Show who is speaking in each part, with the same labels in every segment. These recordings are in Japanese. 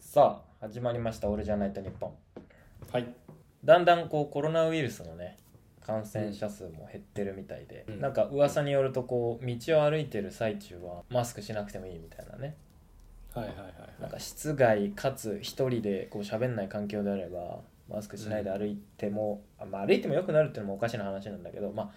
Speaker 1: さあ始まりました「俺じゃないと日本
Speaker 2: はい。」
Speaker 1: だんだんこうコロナウイルスのね感染者数も減ってるみたいで、
Speaker 2: うん
Speaker 1: なんか噂によるとこう道を歩いてる最中はマスクしなくてもいいみたいなね
Speaker 2: はいはい
Speaker 1: な
Speaker 2: は
Speaker 1: ん
Speaker 2: い。
Speaker 1: か室外かつ一人でこう喋んない環境であればマスクしないで歩いても、あまあ、歩いても良くなるっていうのもおかしな話なんだけど、まあ、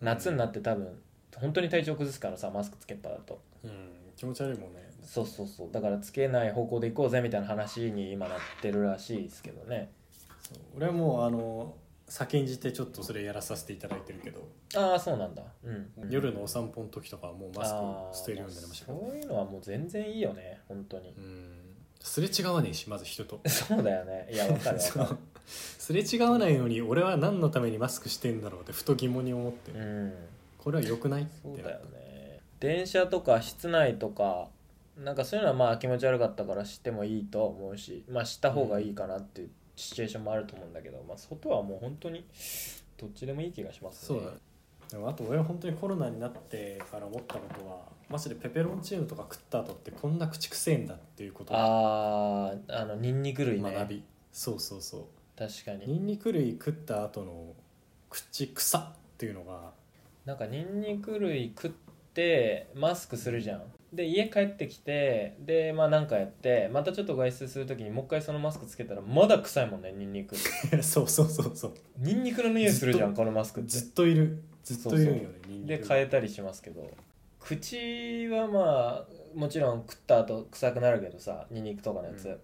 Speaker 1: 夏になって多分本当に体調崩すからさマスクつけっぱだと
Speaker 2: うん、気持ち悪いもんね。
Speaker 1: そうそうそうだからつけない方向で行こうぜみたいな話に今なってるらしいですけどね
Speaker 2: そう俺はもう、あの、先んじてちょっとそれやらさせていただいてるけど、
Speaker 1: ああそうなんだ、うん、
Speaker 2: 夜のお散歩の時とかはもうマス
Speaker 1: あー
Speaker 2: ク捨てるようになりましたけど
Speaker 1: そういうのはもう全然いいよね本当に。
Speaker 2: う、ん。すれ違わねえし、まず人と
Speaker 1: そうだよねいやわかるわ
Speaker 2: そ
Speaker 1: かる
Speaker 2: うすれ違わないのに俺は何のためにマスクしてんだろうってふと疑問に思って、
Speaker 1: うん
Speaker 2: これは良くないっ
Speaker 1: そう
Speaker 2: てな
Speaker 1: だ
Speaker 2: っ
Speaker 1: よ
Speaker 2: た
Speaker 1: ね電車とか室内とかなんかそういうのはまあ気持ち悪かったからしてもいいとは思うしまあした方がいいかなっていうシチュエーションもあると思うんだけど、まあ外はもう本当にどっちでもいい気がします
Speaker 2: そ
Speaker 1: ね
Speaker 2: うだねでもあと俺は本当にコロナになってから思ったことはマジでペペロンチーノとか食った後ってこんな口くせえんだっていうことを
Speaker 1: あーあのニンニク類ね
Speaker 2: 学び、そうそうそう
Speaker 1: 確かに
Speaker 2: ニンニク類食った後の口臭っていうのが
Speaker 1: なんかニンニク類食ってマスクするじゃんで家帰ってきてでまあなんかやってまたちょっと外出する時にもう一回そのマスクつけたらまだ臭いもんねニンニク
Speaker 2: そうそうそうそう
Speaker 1: ニンニクの匂いするじゃん
Speaker 2: ずっ
Speaker 1: このマスクって
Speaker 2: ずっといるずっといるんよねニンニク
Speaker 1: で変えたりしますけど口はまあもちろん食った後臭くなるけどさニンニクとかのやつ、
Speaker 2: うん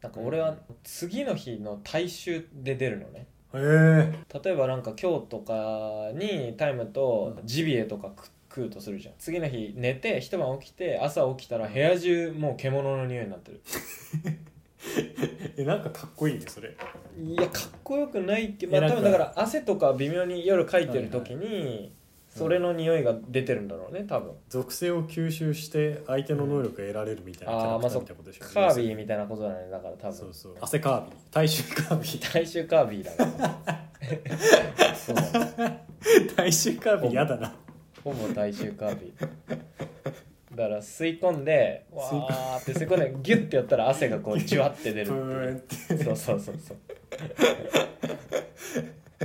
Speaker 1: なんか俺は次の日の体臭で出るのね
Speaker 2: へえ
Speaker 1: 例えばなんか今日とかにタイムとジビエとか食食うとするじゃん次の日寝て一晩起きて朝起きたら部屋中もう獣の匂いになってる
Speaker 2: えなんかかっこいいねそれ
Speaker 1: いやかっこよくないけど、まあ、
Speaker 2: え
Speaker 1: 多
Speaker 2: なんか
Speaker 1: 分だから汗とか微妙に夜かいてる時にそれの匂いが出てるんだろうね多分
Speaker 2: 属性を吸収して相手の能力が得られるみたいな
Speaker 1: うん
Speaker 2: キャラクタ
Speaker 1: あーまあそ
Speaker 2: ー
Speaker 1: っ
Speaker 2: みたいなことでしょ
Speaker 1: カービィみたいなことだねだから多
Speaker 2: そ
Speaker 1: 分
Speaker 2: うそう汗カービィ体臭カービィ
Speaker 1: 大衆カービィだから そうだね
Speaker 2: 大衆カービィ嫌だな
Speaker 1: ほぼ大衆カービィだから吸い込んでわ
Speaker 2: 吸い込む
Speaker 1: ーって吸い込んでギュッてやったら汗がこうジュワッて出るって
Speaker 2: ブ
Speaker 1: いう
Speaker 2: ーンって
Speaker 1: そうそうそうそう。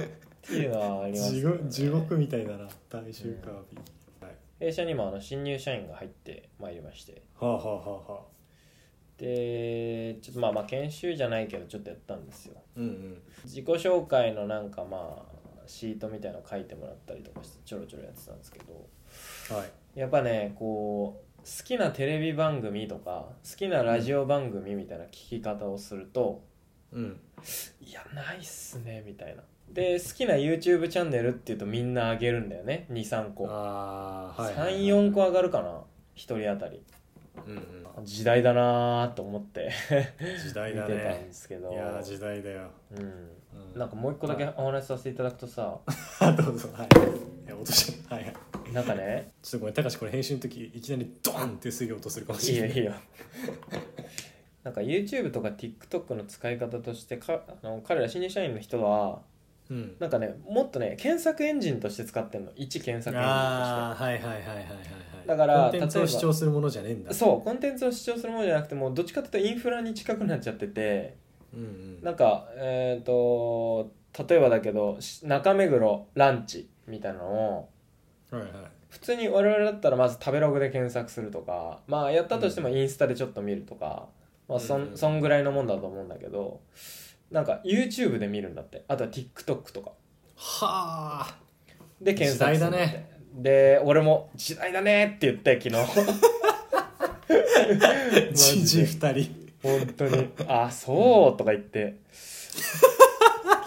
Speaker 1: っていうのはあります
Speaker 2: 地
Speaker 1: よね
Speaker 2: 獄地獄みたいだな大衆カービィ、はい
Speaker 1: 弊社にもあの新入社員が入ってまいりまして
Speaker 2: はあはあはあはあ
Speaker 1: でちょっとまあまあ研修じゃないけどちょっとやったんですよ
Speaker 2: うんうん
Speaker 1: 自己紹介のなんかまあシートみたいの書いてもらったりとかしてちょろちょろやってたんですけど
Speaker 2: はい
Speaker 1: やっぱねこう好きなテレビ番組とか好きなラジオ番組みたいな聞き方をすると、
Speaker 2: うん
Speaker 1: いやないっすねみたいなで好きな YouTube チャンネルっていうとみんな上げるんだよね23個
Speaker 2: ああはいはいはい
Speaker 1: 34個上がるかな1人当たり
Speaker 2: うんうん
Speaker 1: 時代だなーと思って見てた
Speaker 2: 時代だ
Speaker 1: ん
Speaker 2: ね
Speaker 1: ですけど、
Speaker 2: いやー時代だよ、
Speaker 1: うん、
Speaker 2: う
Speaker 1: なんかもう一個だけ
Speaker 2: は
Speaker 1: お話しさせていただくとさ
Speaker 2: い どうぞはいいや落としはいはい
Speaker 1: なんかね
Speaker 2: ちょっとごめん高橋これ編集の時いきなりドーンってすぐ落とするかも
Speaker 1: い
Speaker 2: し
Speaker 1: いよ
Speaker 2: れない
Speaker 1: いいよなんか YouTube とか TikTok の使い方としてかあの彼ら新入社員の人は
Speaker 2: うん
Speaker 1: なんかねもっとね検索エンジンとして使ってんの一検索エンジンとして
Speaker 2: ああはいはいはいはいはいはい
Speaker 1: だから
Speaker 2: コンテンツ
Speaker 1: 例え
Speaker 2: を
Speaker 1: ば
Speaker 2: 主張するものじゃねえんだ
Speaker 1: そうコンテンツを主張するものじゃなくてもうどっちかっていうとインフラに近くなっちゃってて
Speaker 2: う、うんうん、
Speaker 1: なんかえっ、と例えばだけどし中目黒ランチみたいなのを
Speaker 2: はいはい
Speaker 1: 普通に我々だったらまず食べログで検索するとかまあやったとしてもインスタでちょっと見るとか、まあそ
Speaker 2: うん
Speaker 1: ん
Speaker 2: うん
Speaker 1: そんぐらいのもんだと思うんだけどなんか YouTube で見るんだってあとは TikTok とか
Speaker 2: はあ
Speaker 1: で検索するんだって
Speaker 2: 時代だ
Speaker 1: で俺も「時代だね」って言って昨日マ ジで
Speaker 2: じじい2人
Speaker 1: 本当に「あそう」とか言って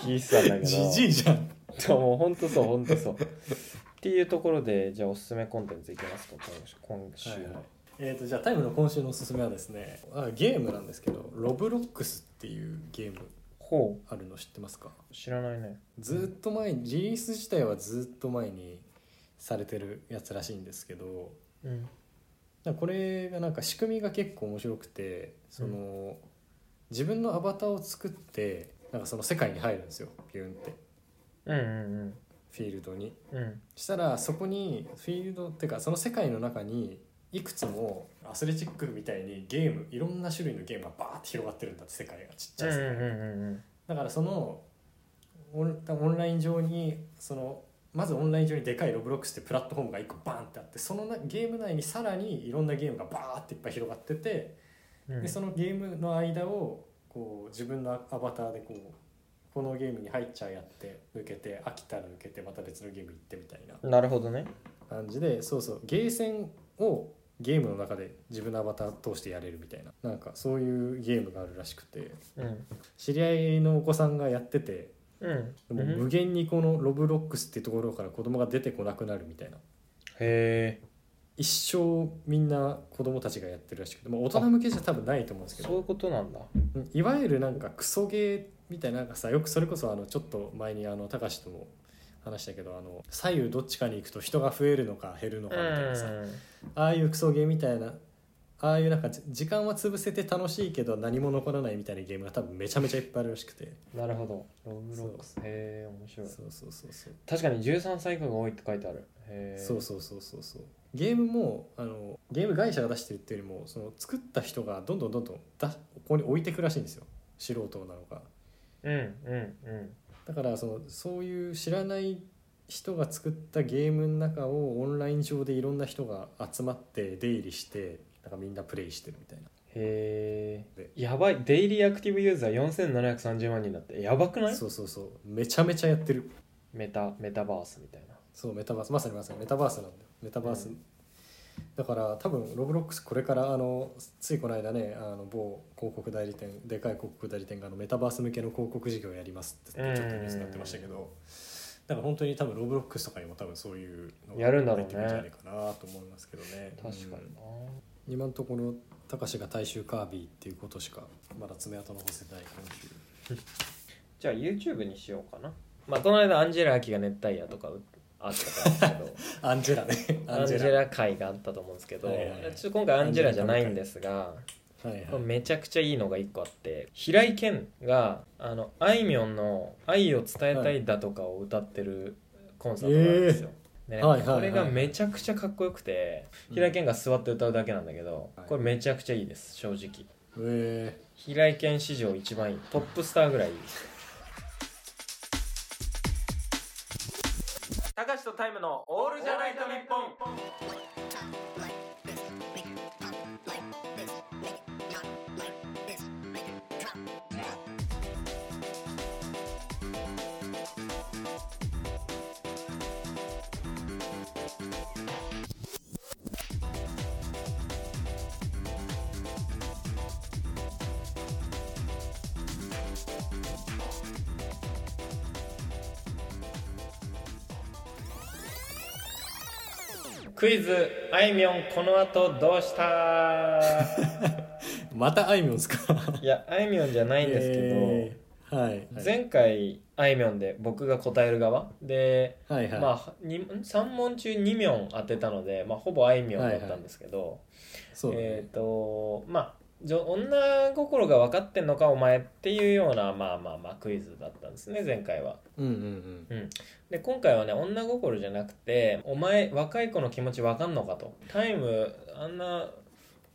Speaker 1: 聞いてたんだけ
Speaker 2: じ
Speaker 1: ど
Speaker 2: じいじゃん
Speaker 1: でももう本当そう本当そうっていうところでじゃあおすすめコンテンツいきますか今週
Speaker 2: はい
Speaker 1: の、
Speaker 2: はいえー、とじゃあタイムの今週のおすすめはですねあゲームなんですけどロブロックスっていうゲーム
Speaker 1: ほ
Speaker 2: あるの知ってますか
Speaker 1: う知らないね
Speaker 2: ずーっと前にリリース自体はずーっと前にされてるやつらしいんですけど
Speaker 1: うん
Speaker 2: なんかこれがなんか仕組みが結構面白くてその、
Speaker 1: う
Speaker 2: 自分のアバターを作ってなんかその世界に入るんですよピュンって
Speaker 1: うんうん
Speaker 2: フィールドに
Speaker 1: うんうん
Speaker 2: したらそこにフィールドっていうかその世界の中にいくつもアスレチックみたいにゲームいろんな種類のゲームがバーって広がってるんだって世界がちっちゃい世界
Speaker 1: うんうん
Speaker 2: だからそのオンオンライン上にそのまずオンライン上にでかいロブロックスってプラットフォームが1個バーンってあってそのなゲーム内にさらにいろんなゲームがバーっていっぱい広がってて
Speaker 1: うんうん
Speaker 2: でそのゲームの間をこう自分のアバターでこうこのゲームに入っちゃうやって抜けて飽きたら抜けてまた別のゲーム行ってみたいな
Speaker 1: なるほどね
Speaker 2: 感じでそうそうゲーセンをゲームの中で自分のアバター通してやれるみたいななんかそういうゲームがあるらしくて
Speaker 1: うん
Speaker 2: 知り合いのお子さんがやってて
Speaker 1: うん
Speaker 2: も
Speaker 1: う
Speaker 2: う
Speaker 1: ん
Speaker 2: 無限にこのロブロックスっていうところから子供が出てこなくなるみたいな
Speaker 1: へえ
Speaker 2: 一生みんな子供たちがやってるらしくて、まあ、大人向けじゃ多分ないと思うんですけ
Speaker 1: そうい
Speaker 2: ど
Speaker 1: うことなんだ
Speaker 2: うんいわゆるなんかクソゲーみたいななんかさよくそれこそあのちょっと前にあの高橋とも話したけどあの左右どっちかに行くと人が増えるのか減るのかみたいなさああいうクソゲーみたいなああいうなんかじ時間は潰せて楽しいけど何も残らないみたいなゲームが多分めちゃめちゃいっぱいあるらしくて
Speaker 1: なるほどロブロックスへえ面白い
Speaker 2: そうそうそうそう
Speaker 1: 確かに13歳以下が多いって書いてあるへえ
Speaker 2: そうそうそうそうそうゲームもあのゲーム会社が出してるっていうよりもその作った人がどんどんどんどんだここに置いてくらしいんですよ素人なのか
Speaker 1: うんうんうん
Speaker 2: だからそのそういう知らない人が作ったゲームの中をオンライン上でいろんな人が集まって出入りしてなんかみんなプレイしてるみたいな
Speaker 1: へえ
Speaker 2: で
Speaker 1: やばいデイリーアクティブユーザー4730万人だってやばくない
Speaker 2: そうそうそうめちゃめちゃやってる
Speaker 1: メタメタバースみたいな
Speaker 2: そうメタバースまさにまさにメタバースなんだよメタバース、
Speaker 1: うん
Speaker 2: だから多分ロブロックスこれからあのついこの間ねあの某広告代理店でかい広告代理店があのメタバース向けの広告事業をやりますって言ってちょっとニュースになってましたけどだから本当に多分ロブロックスとかにも多分そういうの
Speaker 1: やるんだろうね
Speaker 2: 入ってくんじゃないかなと思いますけどね
Speaker 1: 確かにな、
Speaker 2: うん今のところたかしが大衆カービィっていうことしかまだ爪痕残せてない感じ
Speaker 1: じゃあ YouTube にしようかなまあこの間アンジェラ・アキが熱帯夜とかあったからですけ
Speaker 2: アンジェラね
Speaker 1: どアンジェラ会があったと思うんですけど、
Speaker 2: はいはいはい
Speaker 1: ちょっと今回アンジェラじゃないんですが
Speaker 2: はいはい、
Speaker 1: めちゃくちゃいいのが1個あって平井堅があのあいみょんの「愛を伝えたい」だとかを歌ってるコンサートがあるんですよ。ね
Speaker 2: はいはいはい
Speaker 1: これがめちゃくちゃかっこよくて
Speaker 2: うん
Speaker 1: 平井堅が座って歌うだけなんだけど、
Speaker 2: はい
Speaker 1: これめちゃくちゃいいです正直
Speaker 2: え
Speaker 1: 平井堅史上一番いいトップスターぐらいいい高橋とタイムの「オールじゃないと日本」クイズあいみょんこの後どうした
Speaker 2: ーまたあいみょんですか
Speaker 1: いやあいみょんじゃないんですけど、
Speaker 2: えーはい、
Speaker 1: 前回あいみょんで僕が答える側で、
Speaker 2: はいはい、
Speaker 1: まあに3問中2問当てたので、まあ、ほぼあいみょんだったんですけど、
Speaker 2: そうだね、
Speaker 1: えっ、とまあじょ女心が分かってんのかお前っていうようなまあまあまあクイズだったんですね前回は
Speaker 2: うんうん
Speaker 1: で今回はね女心じゃなくてお前若い子の気持ち分かんのかとタイムあんな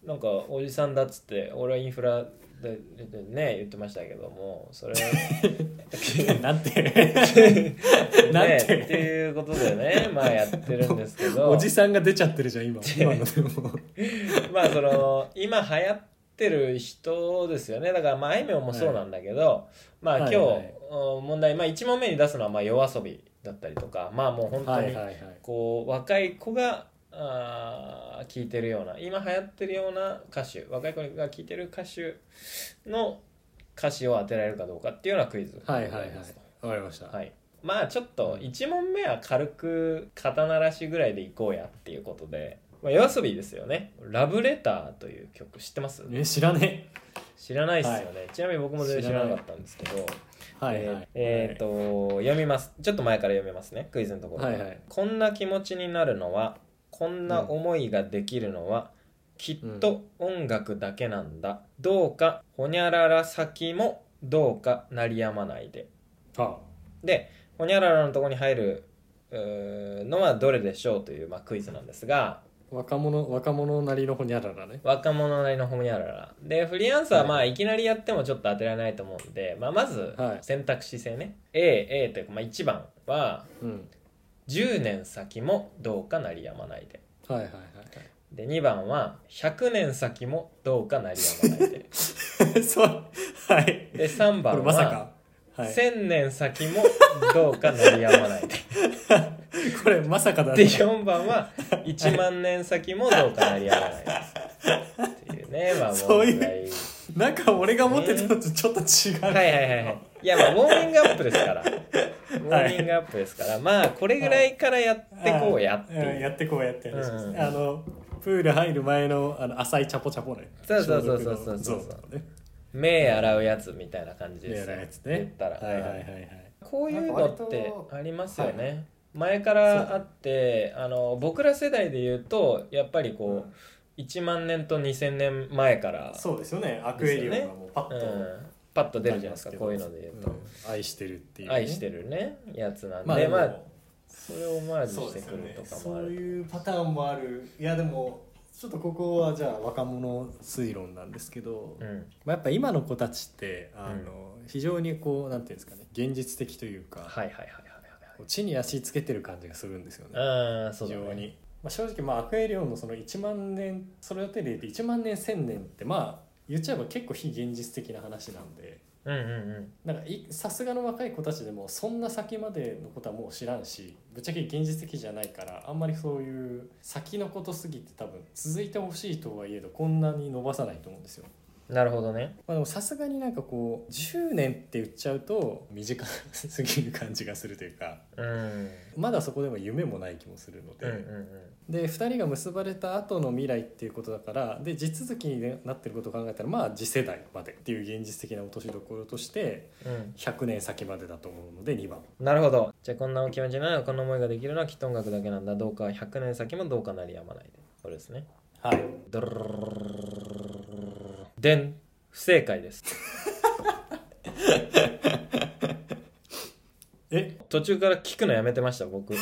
Speaker 1: なんかおじさんだっつって俺はインフラででね言ってましたけどもそ れ
Speaker 2: うん。なんてなん
Speaker 1: ね
Speaker 2: て
Speaker 1: っていうことでねまあやってるんですけど
Speaker 2: おじさんが出ちゃってるじゃ ん今今のでも
Speaker 1: まあその今流行ってる人ですよねだからまああいみょんもそうなんだけど、まあ今日、
Speaker 2: はいはい
Speaker 1: うん問題、まあ、1問目に出すのはまあ夜遊びだったりとかまあもう本当
Speaker 2: はい
Speaker 1: に
Speaker 2: はいはい
Speaker 1: こう若い子があー聴いてるような今流行ってるような歌手若い子が聴いてる歌手の歌詞を当てられるかどうかっていうようなクイズ
Speaker 2: はいはいはいわかりました、
Speaker 1: はい、まあちょっと1問目は軽く肩慣らしぐらいでいこうやっていうことで、まあ、夜遊びですよね「ラブレター」という曲知ってます
Speaker 2: え知らね
Speaker 1: 知らないですよね、ちなみに僕も全然知らなかったんですけど
Speaker 2: えはいはい
Speaker 1: えーえーっと読みますちょっと前から読みますねクイズのところ、
Speaker 2: はいはい
Speaker 1: こんな気持ちになるのはこんな思いができるのは、きっと音楽だけなんだ、どうかほにゃらら先もどうか鳴りやまないで
Speaker 2: は
Speaker 1: でほにゃららのとこに入るうーのはどれでしょうという、まあ、クイズなんですが
Speaker 2: 若者若者なりのほにゃららね
Speaker 1: 若者なりのホニャララでフリーアンサーはまあいきなりやってもちょっと当てられないと思うんで、まあ、まず
Speaker 2: はい
Speaker 1: 選択肢制ね、A A というかまあ1番は
Speaker 2: うん
Speaker 1: 10年先もどうか鳴りやまないで
Speaker 2: はいはいはい
Speaker 1: で2番は100年先もどうか鳴りやまないで
Speaker 2: はい そうはい
Speaker 1: で3
Speaker 2: これ
Speaker 1: 番
Speaker 2: まさ
Speaker 1: は
Speaker 2: かはい
Speaker 1: 1000年先もどうか鳴りやま ないで
Speaker 2: これまさかだ
Speaker 1: で
Speaker 2: ね
Speaker 1: 4番は1万年先もどうか鳴りやまないでっていうねまあ
Speaker 2: そういう
Speaker 1: 問題
Speaker 2: なんか俺が思ってたのとちょっと違う、
Speaker 1: はいはいはいはいいやまあウォーミングアップですからウォーミングアップですからまあこれぐらいからやってこうやってい
Speaker 2: んや
Speaker 1: う
Speaker 2: ってこうやって、
Speaker 1: うん
Speaker 2: あのプール入る前のあの浅いチャポチャポね
Speaker 1: そうそうそうそうそうそう
Speaker 2: 消毒のゾーンとかね
Speaker 1: 目洗うやつみたいな感じです
Speaker 2: ねやつね
Speaker 1: 言ったら
Speaker 2: はいはいはいはい
Speaker 1: こういうのってありますよね前か
Speaker 2: そ
Speaker 1: ら
Speaker 2: う
Speaker 1: あってあの僕ら世代で言うとやっぱりこう1万年と2000年前から
Speaker 2: そうですよねアクエリオンがもうパッと、
Speaker 1: うんパッと出るじゃないですかこういうので言うと
Speaker 2: ん愛してるっていうね、
Speaker 1: 愛してるねやつなん
Speaker 2: まあ
Speaker 1: で
Speaker 2: でも
Speaker 1: まあそれをオマージュ
Speaker 2: そう
Speaker 1: し
Speaker 2: で
Speaker 1: て
Speaker 2: す
Speaker 1: く
Speaker 2: よ
Speaker 1: る
Speaker 2: ね
Speaker 1: とかも
Speaker 2: そ
Speaker 1: あ
Speaker 2: う
Speaker 1: る
Speaker 2: いうパターンもあるいやでもちょっとここはじゃあ若者推論なんですけど、
Speaker 1: うん
Speaker 2: まあ、やっぱ今の子たちってあの、非常にこうなんていうんですかね現実的というか、
Speaker 1: はいはいはいはい
Speaker 2: こう地に足つけてる感じがするんですよね。
Speaker 1: はいああそ
Speaker 2: 非
Speaker 1: うだね
Speaker 2: 常に、まあ、正直まあアクエリオンのその1万年それを手で言うと1万年1000年ってまあ言っちゃえば結構非現実的な話なんで
Speaker 1: うんうん
Speaker 2: なんかいさすがの若い子たちでもそんな先までのことはもう知らんしぶっちゃけ現実的じゃないからあんまりそういう先のことすぎて多分続いてほしいとはいえどこんなに伸ばさないと思うんですよ。
Speaker 1: うんなるほどね
Speaker 2: まあ、でもさすがになんかこう10年って言っちゃうと短すぎる感じがするというか
Speaker 1: うんうん
Speaker 2: まだそこでも夢もない気もするので、
Speaker 1: うんうん
Speaker 2: で2人が結ばれた後の未来っていうことだからで地続きになってることを考えたらまあ次世代までっていう現実的な落としどころとして
Speaker 1: うん
Speaker 2: 100年先までだと思うので2番
Speaker 1: なるほどじゃあこんなお気持ちなのこの思いができるのはきっと音楽だけなんだどうか100年先もどうかなりやまないでこれですね
Speaker 2: はい
Speaker 1: ドルでん不正解です
Speaker 2: え
Speaker 1: 途中から聞くのやめてました僕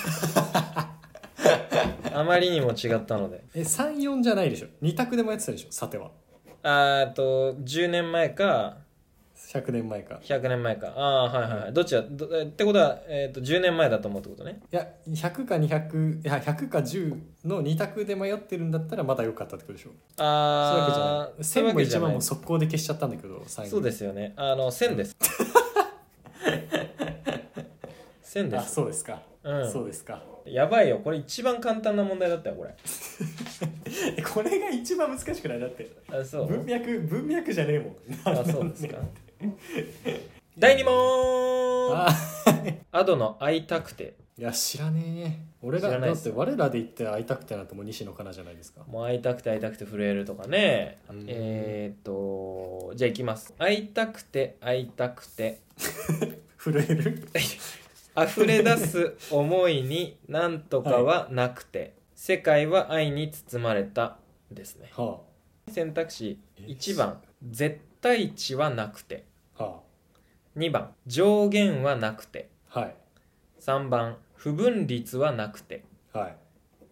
Speaker 1: あまりにも違ったので
Speaker 2: え34じゃないでしょ2択でもやってたでしょさては
Speaker 1: あーと10年前か
Speaker 2: 100年前か
Speaker 1: 100年前かああはいはい、はい、どっちだどえってことは、えー、と10年前だと思うってことね
Speaker 2: いや100か200いや100か10の2択で迷ってるんだったらまだ良かったってことでしょ
Speaker 1: ああ
Speaker 2: そういうわけじゃない1000も1
Speaker 1: そういうわけじゃない
Speaker 2: 万も速攻で消しちゃったんだけど最後
Speaker 1: そうですよねあの線です線で
Speaker 2: あ
Speaker 1: す
Speaker 2: そうですか、
Speaker 1: うん
Speaker 2: そうですか
Speaker 1: やばいよこれ一番簡単な問題だったよこれ
Speaker 2: え これが一番難しくないだって
Speaker 1: あそう
Speaker 2: 文脈文脈じゃねえもん
Speaker 1: あそう ですか第2問
Speaker 2: あ
Speaker 1: アドの「会いたくて
Speaker 2: いや知らねえ俺
Speaker 1: 知ら
Speaker 2: ら
Speaker 1: ない
Speaker 2: だ
Speaker 1: っ
Speaker 2: っ
Speaker 1: す
Speaker 2: て我らで言って会いたくてなんてもう西野カナじゃないですか」
Speaker 1: もう会いたくて会いたくて震えるとかね
Speaker 2: うん
Speaker 1: えー、っとじゃあいきます会いたくて会いたくて
Speaker 2: 震える
Speaker 1: 溢れ出す思いになんとかはなくて、世界は愛に包まれたですね
Speaker 2: は
Speaker 1: 選択肢1番絶対値はなくて
Speaker 2: あは
Speaker 1: 2番上限はなくて
Speaker 2: あはい
Speaker 1: 3番不分率はなくて
Speaker 2: は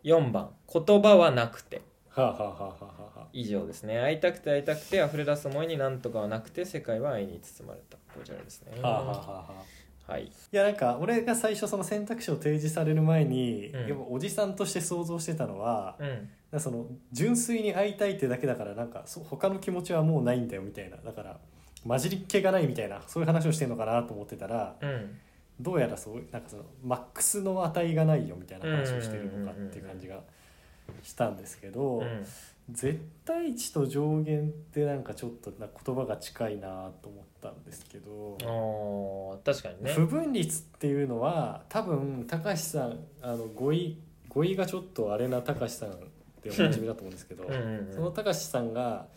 Speaker 2: い
Speaker 1: 4番言葉はなくて
Speaker 2: はあはあはあはあはあ
Speaker 1: 以上ですね会いたくて会いたくて溢れ出す思いになんとかはなくて世界は愛に包まれたこちらですね
Speaker 2: はあはあはあはあ
Speaker 1: はい
Speaker 2: いやなんか俺が最初その選択肢を提示される前に、
Speaker 1: うん
Speaker 2: やっぱおじさんとして想像してたのは、
Speaker 1: うん
Speaker 2: なんかその純粋に会いたいってだけだからなんかそ他の気持ちはもうないんだよみたいなだから混じりっ気がないみたいなそういう話をしてるのかなと思ってたら
Speaker 1: うん
Speaker 2: どうやらそうなんかそのマックスの値がないよみたいな話をしてるのかっていう感じがしたんですけど、
Speaker 1: うん
Speaker 2: 絶対値と上限ってなんかちょっとな言葉が近いなと思ったんですけど。
Speaker 1: おー確かにね
Speaker 2: 不分率っていうのは多分高橋さんあの語彙語彙がちょっとあれな高橋さんっておなじみだと思うんですけど
Speaker 1: うんうんうん
Speaker 2: その高橋さんが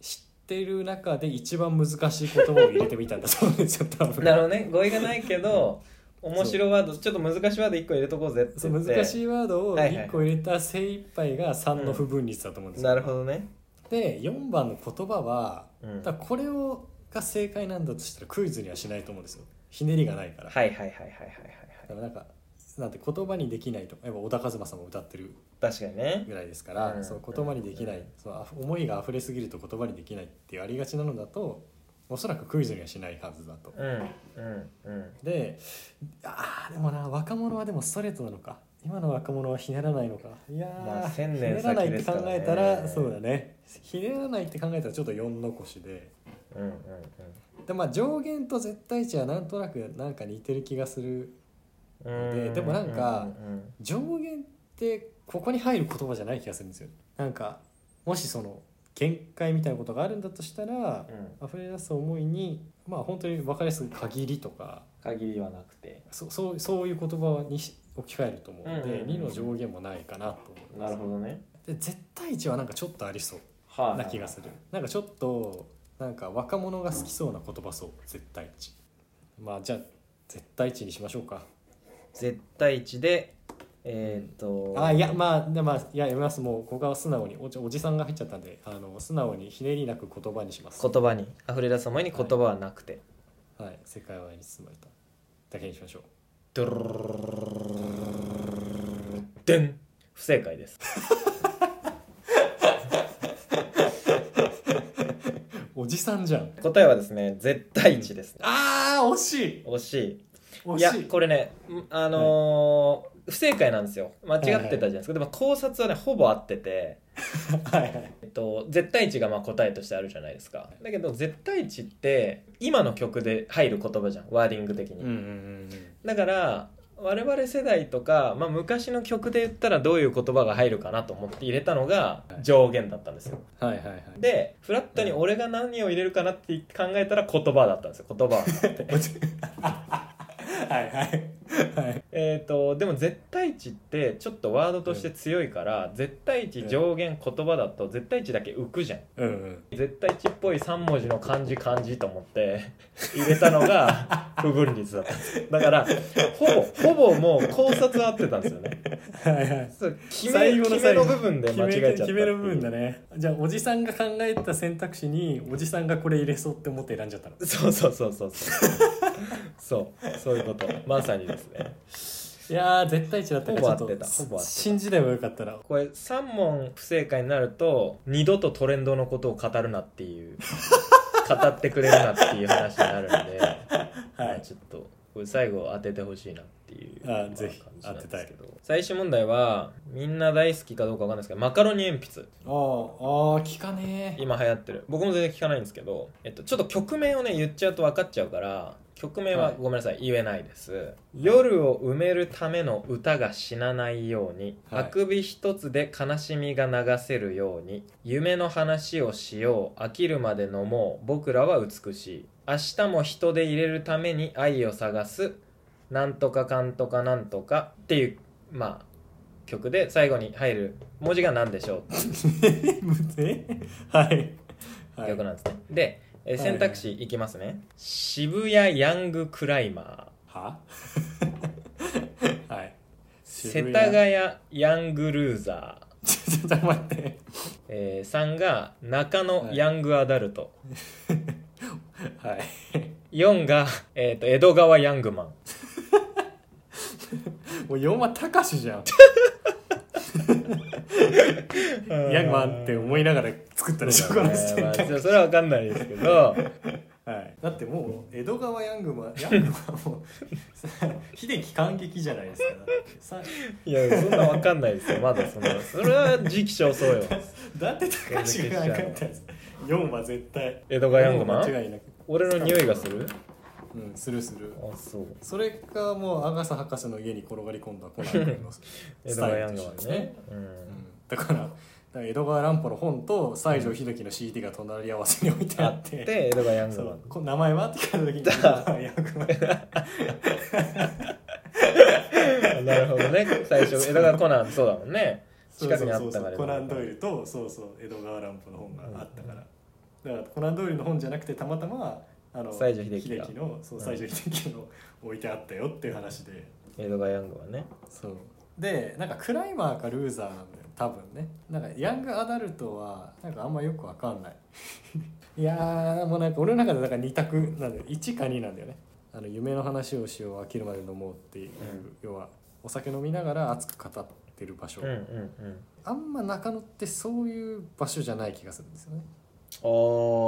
Speaker 2: 知ってる中で一番難しい言葉を入れてみたんだと思うんですよ多分
Speaker 1: なるほどね語彙がないけど面白ワードちょっと難しいワード1個入れとこうぜって
Speaker 2: そ
Speaker 1: 言
Speaker 2: の
Speaker 1: って
Speaker 2: 難しいワードを
Speaker 1: はいはい
Speaker 2: 1個入れた精一杯が3の不分率だと思うんですよ、
Speaker 1: なるほどね
Speaker 2: で4番の言葉は、
Speaker 1: うん
Speaker 2: だからこれをが正解なんだとしたらクイズにはしないと思うんですよひねりがないから
Speaker 1: はいはいはいはいはいはい
Speaker 2: だからなんかなんて言葉にできないとやっぱ小田和正も歌ってる
Speaker 1: 確かにね
Speaker 2: ぐらいですから、
Speaker 1: うん
Speaker 2: そう言葉にできない、
Speaker 1: うん
Speaker 2: そのあ思いが溢れすぎると言葉にできないっていうありがちなのだとおそらくクイズにはしないはずだと。
Speaker 1: うんうんうん
Speaker 2: であーでもな若者はでもストレートなのか今の若者はひねらないのかいやー、
Speaker 1: まあ千年先
Speaker 2: ひねらないっ
Speaker 1: で
Speaker 2: て
Speaker 1: すから
Speaker 2: 考
Speaker 1: ね
Speaker 2: えたらそうだねひねらないって考えたらちょっと4残しで
Speaker 1: うんうん
Speaker 2: で、まあ、上限と絶対値はなんとなくなんか似てる気がする
Speaker 1: うんうん
Speaker 2: ででもなん
Speaker 1: う
Speaker 2: か
Speaker 1: ん
Speaker 2: 上限ってここに入る言葉じゃない気がするんですよなんかもしその限界みたいなことがあるんだとしたら
Speaker 1: うんうん
Speaker 2: 溢れ出す思いにまあ本当に分かりやすく限りとか
Speaker 1: 限りはなくて
Speaker 2: そそうそういう言葉にし置き換えると思うの
Speaker 1: うんうん
Speaker 2: で、
Speaker 1: うん
Speaker 2: 2の上限もないかなと思いま
Speaker 1: な
Speaker 2: す
Speaker 1: るほどね
Speaker 2: で絶対値はなんかちょっとありそう
Speaker 1: はい
Speaker 2: な気がするなんかちょっとなんか若者が好きそうな言葉そう絶対値まあじゃあ絶対値にしましょうか
Speaker 1: 絶対値でえーっと
Speaker 2: あいやまあでまあいややめますもうここは素直におじおじさんが入っちゃったんであの素直にひねりなく言葉にします
Speaker 1: 言葉に溢れ出す前に言葉はなくて、
Speaker 2: はい世界は愛に包まれただけにしましょう
Speaker 1: ドゥルルルルルルルルルでん不正解です
Speaker 2: おじさんじゃん
Speaker 1: 答えはですね絶対値ですね
Speaker 2: あー惜しい
Speaker 1: 惜しいい
Speaker 2: 惜
Speaker 1: や
Speaker 2: しい
Speaker 1: これねんあのー不正解なんですよ間違ってたじゃないですか、でも考察はねほぼ合ってて、
Speaker 2: はいはい
Speaker 1: えっと、絶対値がまあ答えとしてあるじゃないですかだけど絶対値って今の曲で入る言葉じゃんワーディング的に、
Speaker 2: うんうんうんうん
Speaker 1: だから我々世代とか、まあ、昔の曲で言ったらどういう言葉が入るかなと思って入れたのが上限だったんですよ
Speaker 2: はいはいはい。
Speaker 1: でフラットに俺が何を入れるかなって考えたら言葉だったんですよ言葉 は
Speaker 2: はいはい。はい。
Speaker 1: えーとでも絶対値ってちょっとワードとして強いから、絶対値上限言葉だと絶対値だけ浮くじゃん
Speaker 2: うんうん。
Speaker 1: 絶対値っぽい3文字の漢字漢字と思って入れたのが不分率だったんですだからほぼほぼもう考察は合ってたんですよね
Speaker 2: はいはい。
Speaker 1: そう決め
Speaker 2: 最後
Speaker 1: の
Speaker 2: の
Speaker 1: 決め
Speaker 2: 最後
Speaker 1: の部分で
Speaker 2: 決
Speaker 1: 間違
Speaker 2: め
Speaker 1: えちゃったって
Speaker 2: 決
Speaker 1: いう
Speaker 2: めの部分だね。じゃあ、おじさんが考えた選択肢に、おじさんがこれ入れそうって思って選んじゃったの。
Speaker 1: そうそうそうそうそうそうそういうことまさにですね
Speaker 2: いやー、絶対値だったから、ち
Speaker 1: ほ
Speaker 2: ょ
Speaker 1: ぼ合っ
Speaker 2: ってと、
Speaker 1: たほぼ合ってた
Speaker 2: 信じればよかったら。
Speaker 1: これ3問不正解になると二度とトレンドのことを語るなっていう語ってくれるなっていう話になるんで、
Speaker 2: は
Speaker 1: まあ
Speaker 2: い。
Speaker 1: ちょっとこれ最後当ててほしいなっていう
Speaker 2: あ
Speaker 1: ま
Speaker 2: ぜひ
Speaker 1: 感じなんです
Speaker 2: 当てたい
Speaker 1: けど最終問題はみんな大好きかどうかわかんないですけどマカロニ鉛筆
Speaker 2: ああ、ああ、聞かねえ。
Speaker 1: 今流行ってる僕も全然聞かないんですけど、えっと、ちょっと曲名をね言っちゃうと分かっちゃうから曲名は
Speaker 2: はい
Speaker 1: ごめんなさい、言えないです夜を埋めるための歌が死なないように、
Speaker 2: はい
Speaker 1: あくび一つで悲しみが流せるように夢の話をしよう飽きるまで飲もう僕らは美しい明日も人で入れるために愛を探すなんとかかんとかなんとかっていうまあ曲で最後に入る文字が何でしょう
Speaker 2: えはい。はい。
Speaker 1: 曲なんですね、で、えー
Speaker 2: はいはい
Speaker 1: 選択肢いきますね、渋谷ヤングクライマ
Speaker 2: は はい。
Speaker 1: ー世
Speaker 2: 渋谷
Speaker 1: 田谷ヤングルーザー、
Speaker 2: ちょっと待って。
Speaker 1: え3が中野
Speaker 2: はい
Speaker 1: ヤングアダルト、
Speaker 2: はい。
Speaker 1: 4が、えー、と江戸川ヤングマン
Speaker 2: もう4はたかしじゃん。 ヤングマンって思いながら作ったでしょ、この
Speaker 1: そう
Speaker 2: 選
Speaker 1: だね
Speaker 2: 択肢
Speaker 1: まあそれは分かんないですけ ど
Speaker 2: はい、だってもう江戸川ヤングマン ヤングマンもう秀樹感激じゃないですかさ
Speaker 1: いやそんな分かんないですよまだそのそれは時期尚早よ
Speaker 2: だって高橋がなかったやつ4は絶対
Speaker 1: 江戸川ヤングマン
Speaker 2: 間違いなく、
Speaker 1: 俺の匂いがする
Speaker 2: うん、するする
Speaker 1: あそう
Speaker 2: それがもうアガサ博士の家に転がり込んだコナ ン君の
Speaker 1: 江戸川ヤングマンねうん
Speaker 2: うん、だからだから江戸川乱歩の本と西城秀樹の CD が隣り合わせに置いてあ
Speaker 1: あ
Speaker 2: っ
Speaker 1: って
Speaker 2: て
Speaker 1: 江戸川ヤング
Speaker 2: そ
Speaker 1: マン
Speaker 2: うこ名前はって聞かれた 時に江戸川ヤングマン
Speaker 1: なるほどね最初江戸川コナンそうだもんね
Speaker 2: そう
Speaker 1: 近
Speaker 2: そう
Speaker 1: くにあ
Speaker 2: そ
Speaker 1: っ
Speaker 2: う
Speaker 1: た
Speaker 2: そ
Speaker 1: か
Speaker 2: う
Speaker 1: ら
Speaker 2: コナン・ドイルとそうそう江戸川乱歩の本があったから、だからコナン・ドイルの本じゃなくてたまたまあの
Speaker 1: 西城秀樹が
Speaker 2: のそう
Speaker 1: うん
Speaker 2: 西城秀樹の置いてあったよっていう話で、
Speaker 1: 江戸川ヤングはね
Speaker 2: そうでなんかクライマーかルーザーなんだよ多分ねなんかヤングアダルトはなんかあんまよくわかんない いやーもうなんか俺の中でなんか2択なんだよ1か2なんだよねあの夢の話をしよう飽きるまで飲もうってい
Speaker 1: う
Speaker 2: う、
Speaker 1: ん
Speaker 2: 要はお酒飲みながら熱く語ってる場所、
Speaker 1: うんうんうん
Speaker 2: あんま中野ってそういう場所じゃない気がするんですよね
Speaker 1: ああ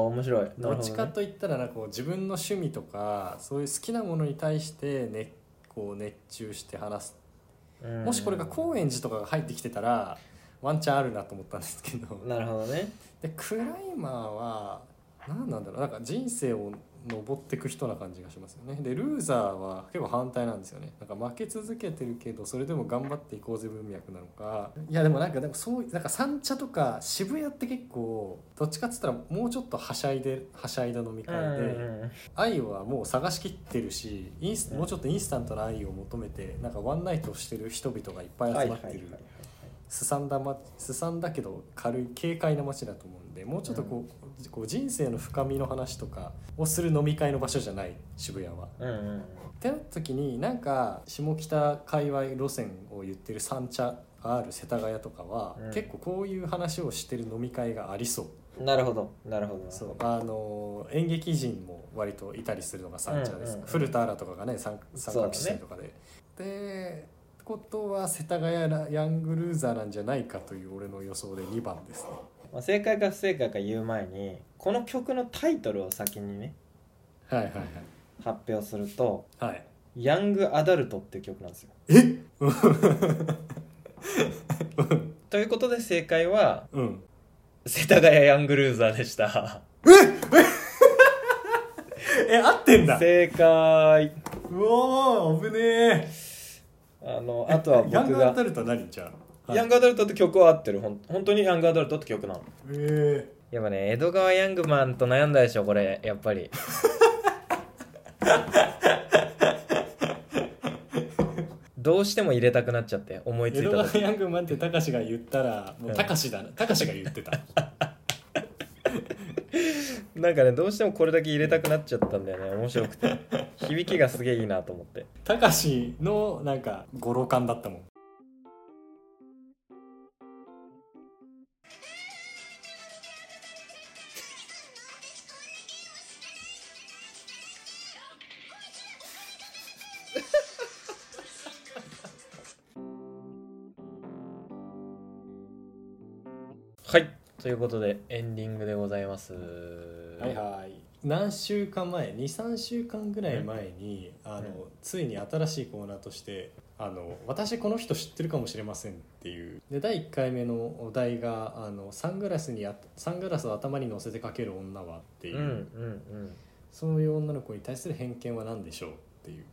Speaker 1: 面白いな
Speaker 2: ど
Speaker 1: るほど、ね、
Speaker 2: っちかといったらなんかこう自分の趣味とかそういう好きなものに対して、ね、こう熱中して話す
Speaker 1: うん
Speaker 2: もしこれが高円寺とかが入ってきてたらワンチャンあるなと思ったんですけど
Speaker 1: なるほどね
Speaker 2: でクライマーは何なんだろうなんか人生を登ってく人な感じがしますよねでルーザーは結構反対なんですよねなんか負け続けてるけどそれでも頑張っていこうぜ文脈なのかいやでもなんかでもそうなんか三茶とか渋谷って結構どっちかっつったらもうちょっとはしゃいではしゃいだ飲み
Speaker 1: う
Speaker 2: 会
Speaker 1: ん
Speaker 2: で、
Speaker 1: うん
Speaker 2: 愛はもう探しきってるしインス
Speaker 1: うん
Speaker 2: もうちょっとインスタントな愛を求めてなんかワンナイトをしてる人々がいっぱ
Speaker 1: う
Speaker 2: い
Speaker 1: んはい
Speaker 2: 集
Speaker 1: は
Speaker 2: ま
Speaker 1: い
Speaker 2: って
Speaker 1: はい
Speaker 2: る
Speaker 1: はい
Speaker 2: すさんだますさんだけど軽い軽快な街だと思うんでもうちょっとこう,、こう人生の深みの話とかをする飲み会の場所じゃない渋谷は。
Speaker 1: うんうんうん
Speaker 2: ってなった時になんか下北界隈路線を言ってる三茶がある世田谷とかは、
Speaker 1: うん
Speaker 2: 結構こういう話をしてる飲み会がありそう
Speaker 1: なるほどなるほど
Speaker 2: そうあの演劇人も割といたりするのが三茶です、
Speaker 1: うんうんうん
Speaker 2: 古田新太とかがね参参画したりとかで、でことは世田谷らヤングルーザーなんじゃないかという俺の予想で2番ですね
Speaker 1: まあ、正解か不正解か言う前にこの曲のタイトルを先にね
Speaker 2: はいはい
Speaker 1: 発表すると
Speaker 2: はいはい
Speaker 1: 「ヤングアダルト」っていう曲なんですよ。
Speaker 2: え
Speaker 1: ということで正解は
Speaker 2: うん
Speaker 1: 世田谷ヤングルーザーでした。
Speaker 2: え合ってんだ
Speaker 1: 正解
Speaker 2: うおー危ねえ
Speaker 1: あのあとは僕
Speaker 2: ヤングア
Speaker 1: が
Speaker 2: ダルトは何じゃあ
Speaker 1: ヤン
Speaker 2: グ
Speaker 1: グアダルトって曲は合ってるほん本当にヤングアダルトって曲なの
Speaker 2: え
Speaker 1: やっぱね江戸川ヤングマンと悩んだでしょこれやっぱ りどうしても入れたくなっちゃって思い
Speaker 2: ー、
Speaker 1: つい
Speaker 2: 江戸
Speaker 1: た
Speaker 2: 川
Speaker 1: 時
Speaker 2: ヤングマンってたかしが言ったらもうたかしだなたかしが言ってた
Speaker 1: なんかねどうしてもこれだけ入れたくなっちゃったんだよね面白くて響きがすげえいいなと思って
Speaker 2: たかしのなんか語呂感だったもん
Speaker 1: はいということでエンディングでございます
Speaker 2: はいはい何週間前23週間ぐらい前にあの、
Speaker 1: うん
Speaker 2: ついに新しいコーナーとしてあの「私この人知ってるかもしれません」っていうで第1回目のお題があの「サングラスにあサングラスを頭に乗せてかける女は」っていう、
Speaker 1: うんうん
Speaker 2: そういう女の子に対する偏見は何でしょうっていう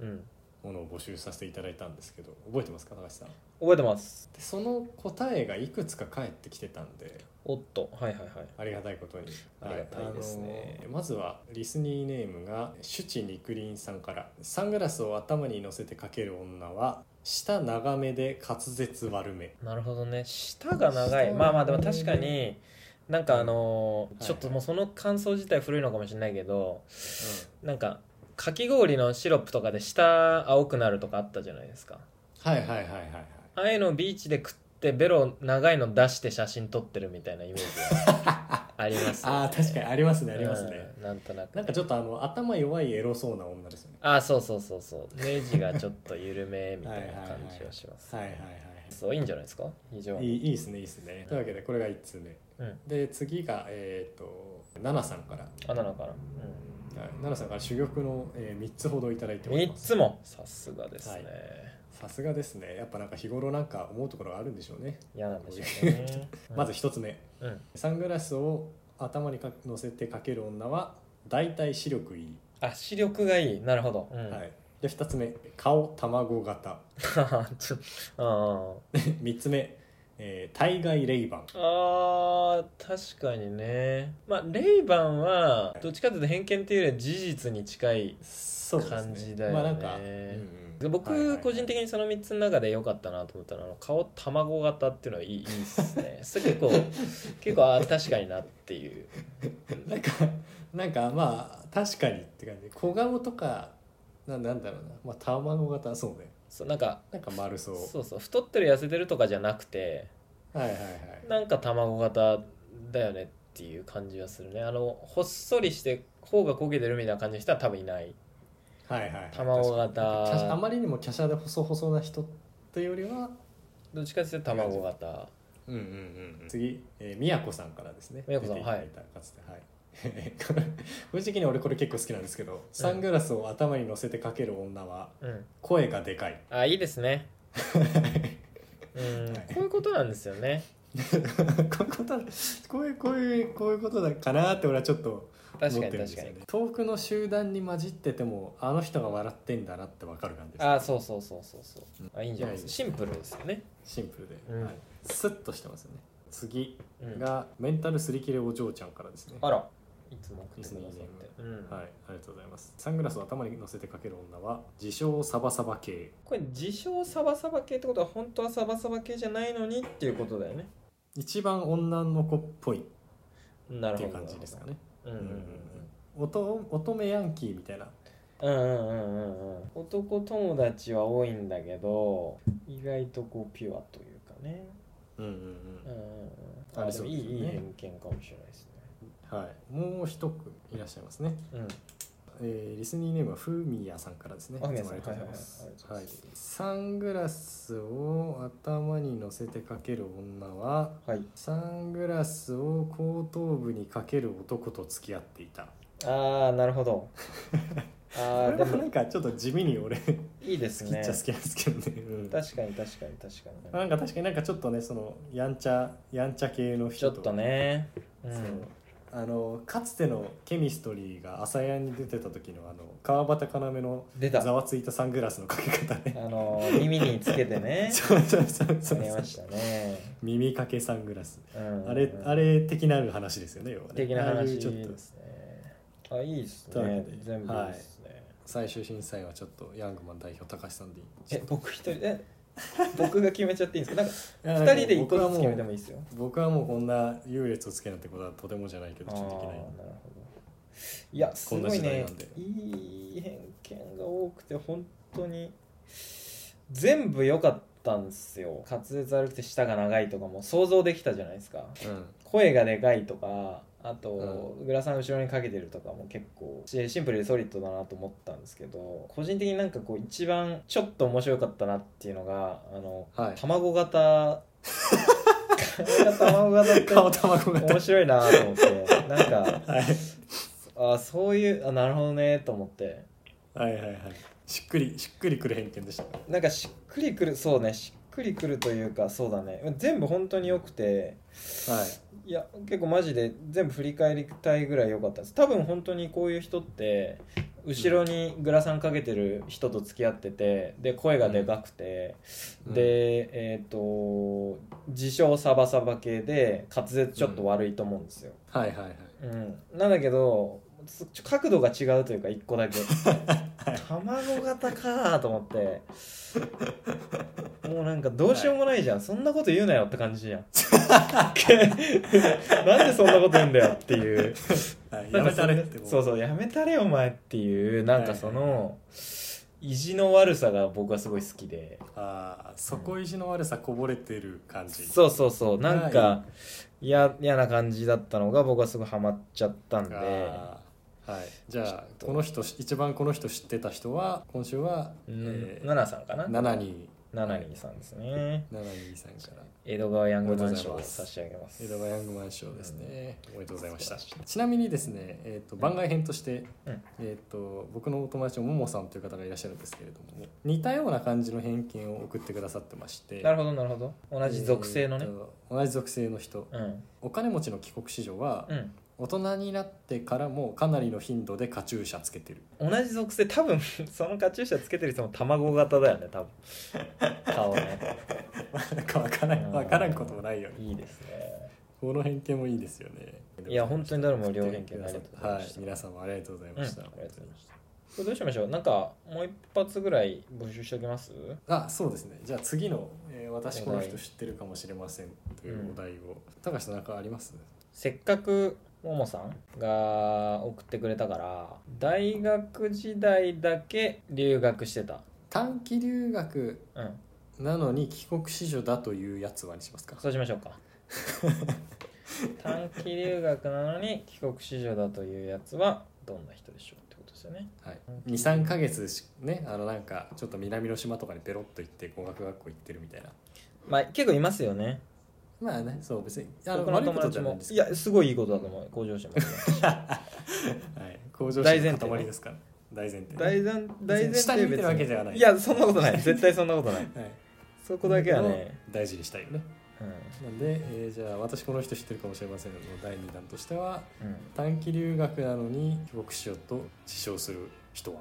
Speaker 1: うんうん
Speaker 2: ものを募集させていただいたんですけど覚えてますか高橋さん
Speaker 1: 覚えてます
Speaker 2: でその答えがいくつか返ってきてたんで
Speaker 1: おっとはいはいはい
Speaker 2: ありがたいことに、
Speaker 1: ありがたいですね
Speaker 2: あのまずはリスニーネームがシュチニクリンさんから「サングラスを頭に乗せてかける女は舌長めで滑舌悪め
Speaker 1: なるほどね舌が長い
Speaker 2: 舌
Speaker 1: まあまあでも確かになんかあのー
Speaker 2: はい
Speaker 1: ちょっともうその感想自体古いのかもしれないけどなんかかき氷のシロップとかで舌青くなるとかあったじゃないですか」
Speaker 2: はいはいはいはいはい
Speaker 1: ああいうのをビーチで食ってベロ長いの出して写真撮ってるみたいなイメージがありますよね、
Speaker 2: あー確かにありますねありますね、
Speaker 1: うんなんとなく
Speaker 2: なんかちょっとあの頭弱いエロそうな女ですよね
Speaker 1: ああそうそうそうそうネジがちょっと緩めみたいな感じはします
Speaker 2: はい はい
Speaker 1: そういいんじゃないですか非常
Speaker 2: はいい
Speaker 1: に
Speaker 2: いいいですねいいですねというわけでこれが1通目
Speaker 1: うん
Speaker 2: で次がえっ、とナナさんから
Speaker 1: あなのかな、
Speaker 2: はい奈良さんから珠玉の、え3つほどいただいて
Speaker 1: うん、
Speaker 2: おり
Speaker 1: 3
Speaker 2: ます
Speaker 1: つもさすがですね、
Speaker 2: はいさすがですねやっぱなんか日頃なんか思うところがあるんでしょうね、
Speaker 1: 嫌なんでしょうね
Speaker 2: まず1つ目
Speaker 1: うん
Speaker 2: サングラスを頭にか乗せてかける女は大体視力いい、
Speaker 1: あ視力がいいなるほど、うん
Speaker 2: はい、で2つ目顔卵型
Speaker 1: ちょあ
Speaker 2: 3つ目、えー体外レイバン
Speaker 1: ーあー確かにねまあレイバンはどっちかというと偏見っていうよりは事実に近い
Speaker 2: そうですね
Speaker 1: 感じだよね
Speaker 2: まあなんか、
Speaker 1: で僕個人的にその3つの中で良かったなと思ったのはあの顔卵型っていうのはいいいいっすねそれ結構結構あー確かになっていう
Speaker 2: になんかなんかまあ確かにって感じ小顔とかななんだろうな、まあ、卵型そうね
Speaker 1: そうなんか
Speaker 2: なんか丸そう
Speaker 1: そうそう太ってる痩せてるとかじゃなくて
Speaker 2: はいはいはい
Speaker 1: なんか卵型だよねっていう感じがするねあのほっそりして頬が焦げてるみたいな感じの人は多分いない
Speaker 2: はいはい
Speaker 1: 卵型
Speaker 2: 確かにあまりにも華奢で細々な人っていうよりは
Speaker 1: どっちかっていうと卵型
Speaker 2: うんうんうん、次、えー、みやこさんからですね
Speaker 1: みやこさん
Speaker 2: 出ていただいたかつてはいこれ 個人的には俺これ結構好きなんですけど、サングラスを頭に乗せてかける女は
Speaker 1: うん
Speaker 2: 声がでかい
Speaker 1: あいいですねうんこういうことなんですよね
Speaker 2: こういうことこういうこういうこういうことだかなって俺はちょっと思っ
Speaker 1: 確
Speaker 2: て
Speaker 1: か
Speaker 2: る
Speaker 1: に
Speaker 2: んで
Speaker 1: 確
Speaker 2: す
Speaker 1: か
Speaker 2: よ
Speaker 1: に
Speaker 2: ね遠くの集団に混じっててもあの人が笑ってんだなってわかる感じです
Speaker 1: あそうそうそうそうそうあいいんじゃないです
Speaker 2: う
Speaker 1: か
Speaker 2: ん
Speaker 1: シンプルですよね
Speaker 2: シンプルで、
Speaker 1: うん
Speaker 2: はい、スッとしてますよね次
Speaker 1: うん
Speaker 2: が、メンタルすり切れお嬢ちゃんからですね
Speaker 1: あらいつも送ってくださってうん
Speaker 2: はい、ありがとうございます。サングラスを頭に乗せてかける女は自称サバサバ系。
Speaker 1: これ自称サバサバ系ってことは本当はサバサバ系じゃないのにっていうことだよね
Speaker 2: 一番女の子っぽいっ
Speaker 1: なる
Speaker 2: て
Speaker 1: ほ
Speaker 2: い
Speaker 1: ど
Speaker 2: う感じですかね。
Speaker 1: うんう
Speaker 2: うんん乙乙女ヤンキーみたいな。
Speaker 1: うんうんうんうんうん男友達は多いんだけど意外とこうピュアというかね
Speaker 2: うんうん
Speaker 1: うんうんうんあ
Speaker 2: あり
Speaker 1: で
Speaker 2: そ
Speaker 1: も
Speaker 2: う
Speaker 1: い
Speaker 2: ですよね
Speaker 1: いいい偏見かもしれないですね
Speaker 2: うん。はい。もう一組いらっしゃいますね。
Speaker 1: うん
Speaker 2: えーリスニーネームはふみやさんからですね。
Speaker 1: あふみ
Speaker 2: い
Speaker 1: や
Speaker 2: つ
Speaker 1: さん
Speaker 2: もありがとうございます。
Speaker 1: は
Speaker 2: は
Speaker 1: は
Speaker 2: い
Speaker 1: いはいありがとうござい
Speaker 2: い
Speaker 1: ます。
Speaker 2: サングラスを頭に乗せてかける女は
Speaker 1: はい
Speaker 2: サングラスを後頭部にかける男と付き合っていた。
Speaker 1: ああなるほ どあ
Speaker 2: こ
Speaker 1: あ
Speaker 2: れ
Speaker 1: で
Speaker 2: も
Speaker 1: も
Speaker 2: なんかちょっと地味に俺
Speaker 1: いいで
Speaker 2: 好
Speaker 1: す
Speaker 2: きっ
Speaker 1: ね
Speaker 2: ちゃ好きなんですけどね、うん
Speaker 1: 確かに確かに確かに
Speaker 2: なんか確かになんかちょっとねそのやんちゃやんちゃ系の
Speaker 1: ちょ
Speaker 2: 人
Speaker 1: っと、ねう
Speaker 2: そうんあのかつてのケミストリーが朝やに出てた時のあの川端要の
Speaker 1: 出た
Speaker 2: ざわついたサングラスのかけ方
Speaker 1: あ
Speaker 2: ね
Speaker 1: の耳につけてね
Speaker 2: そうそうそう
Speaker 1: あ
Speaker 2: そう
Speaker 1: りましたね、
Speaker 2: 耳かけサングラス
Speaker 1: うん
Speaker 2: あれあれ的なる話ですよね要はね
Speaker 1: 的な
Speaker 2: ああい
Speaker 1: 話
Speaker 2: うちょっと
Speaker 1: ですねあいいです
Speaker 2: というわ
Speaker 1: ね
Speaker 2: けで
Speaker 1: 全部いいですね、
Speaker 2: 最終審査員はちょっとヤングマン代表高橋さんでいい
Speaker 1: え僕一人え 僕が決めちゃっていいんですかなんか
Speaker 2: 2
Speaker 1: 二人で一個ずつ決めてもいいですよ
Speaker 2: 僕はもうこんな優劣をつけなんてことはとてもじゃないけ
Speaker 1: あ
Speaker 2: ど
Speaker 1: あ
Speaker 2: ち
Speaker 1: ー
Speaker 2: ょ
Speaker 1: なる
Speaker 2: っとで
Speaker 1: ほど
Speaker 2: きない
Speaker 1: いやす
Speaker 2: こんな
Speaker 1: ごい
Speaker 2: 時代
Speaker 1: ね
Speaker 2: なんで
Speaker 1: いい偏見が多くて本当に全部良かったんですよ滑舌悪くて舌が長いとかも想像できたじゃないですか
Speaker 2: うん
Speaker 1: 声がでかいとかあと、グラサン後ろにかけてるとかも結構しシンプルでソリッドだなと思ったんですけど個人的になんかこう一番ちょっと面白かったなっていうのがあの、
Speaker 2: はい
Speaker 1: 卵型卵型って
Speaker 2: 顔卵が
Speaker 1: 面白いなと思ってなんか
Speaker 2: はい
Speaker 1: あそういうあなるほどねと思って
Speaker 2: はいはいはいしっくりしっくりくる偏見でした
Speaker 1: なんかしっくりくるそうねしっくりくるというかそうだね全部本当に良くて
Speaker 2: はい
Speaker 1: いや結構マジで全部振り返りたいぐらい良かったです多分本当にこういう人って後ろにグラサンかけてる人と付き合っててで声がでかくて、
Speaker 2: うん
Speaker 1: でえっ、と自称サバサバ系で滑舌ちょっと悪いと思うんですよ、
Speaker 2: はいはいはい
Speaker 1: うん、なんだけどつちょ角度が違うというか一個だ け卵型かーと思ってもうなんかどうしようもないじゃん、そんなこと言うなよって感じじゃん なんでそんなこと言うんだよっていう
Speaker 2: はいやめたれ
Speaker 1: な
Speaker 2: っ
Speaker 1: んか
Speaker 2: て
Speaker 1: そん
Speaker 2: も
Speaker 1: なそうそうやめたれお前っていうなんかその意地の悪さが僕はすごい好きで
Speaker 2: あー底意地の悪さこぼれてる感じ
Speaker 1: そうそうそうなん
Speaker 2: は
Speaker 1: か嫌嫌な感じだったのが僕はすごいハマっちゃったんで
Speaker 2: あーはいじ
Speaker 1: ちょ
Speaker 2: ゃ
Speaker 1: っ
Speaker 2: あ
Speaker 1: と
Speaker 2: この人一番この人知ってた人は今週は、
Speaker 1: うん
Speaker 2: えー、
Speaker 1: ナナさんかな
Speaker 2: 7人
Speaker 1: 7人さんですね。
Speaker 2: 7人さんから
Speaker 1: 江戸川ヤングマン賞
Speaker 2: お
Speaker 1: を
Speaker 2: めでとうございます
Speaker 1: 差し上げます。
Speaker 2: 江戸川ヤングマン賞ですね、おめでとうございました
Speaker 1: 素
Speaker 2: ちなみにですね、えー、と番外編として、
Speaker 1: うん
Speaker 2: えー、と僕のお友達のももさんという方がいらっしゃるんですけれども似たような感じの偏見を送ってくださってまして
Speaker 1: なるほどなるほど。同じ属性のね
Speaker 2: え。ーと同じ属性の人
Speaker 1: うん
Speaker 2: お金持ちの帰国子女は
Speaker 1: うん。
Speaker 2: 大人になってからもかなりの頻度でカチューシャつけてる
Speaker 1: 同じ属性多分 そのカチューシャつけてる人も卵型だよね多分。顔ね。
Speaker 2: なんかわからんわからんこともないよね
Speaker 1: いいですね。
Speaker 2: この偏見もいいですよね
Speaker 1: いや本当にどれも両偏見ありがとうございま
Speaker 2: はい
Speaker 1: した。
Speaker 2: 皆さんもありがとうござい
Speaker 1: うんあ
Speaker 2: ま
Speaker 1: りが
Speaker 2: した、
Speaker 1: とうございました。これどうしましょうなんかもう一発ぐらい募集しておきます
Speaker 2: あそうですねじゃあ次の、えー私
Speaker 1: お
Speaker 2: こ
Speaker 1: 題
Speaker 2: の人知ってるかもしれません」というお題を、高橋さん何かあります
Speaker 1: せっかくももさんが送ってくれたから大学時代だけ留学してた。
Speaker 2: 短期留学
Speaker 1: うん。
Speaker 2: なのに帰国子女だというやつはにしますか
Speaker 1: そうしましょう か短期留学なのに帰国子女だというやつはどんな人でしょうってことですよね
Speaker 2: はい、23か月しねあのなんかちょっと南の島とかにペロッと行って語学学校行ってるみたいな
Speaker 1: まあ結構いますよね
Speaker 2: まあねそう別にあの
Speaker 1: 僕の
Speaker 2: 悪いこ
Speaker 1: 友
Speaker 2: とじ
Speaker 1: 達
Speaker 2: ゃないん
Speaker 1: も
Speaker 2: です
Speaker 1: い
Speaker 2: けど
Speaker 1: やすごいいいことだと思う向上心も
Speaker 2: はい、向上
Speaker 1: 大
Speaker 2: 心
Speaker 1: 前
Speaker 2: の
Speaker 1: 提
Speaker 2: 塊ですから 大前提
Speaker 1: 大前大前
Speaker 2: 下に
Speaker 1: 提
Speaker 2: 見てるわけじゃない
Speaker 1: いやそんなことない絶対そんなことない
Speaker 2: はい、
Speaker 1: そこだけはね、
Speaker 2: 大事にしたいよね
Speaker 1: う
Speaker 2: なんで、えーじゃあ私この人知ってるかもしれませんの第2弾としては
Speaker 1: んうん、
Speaker 2: 短期留学なのに帰国しようと自称する人は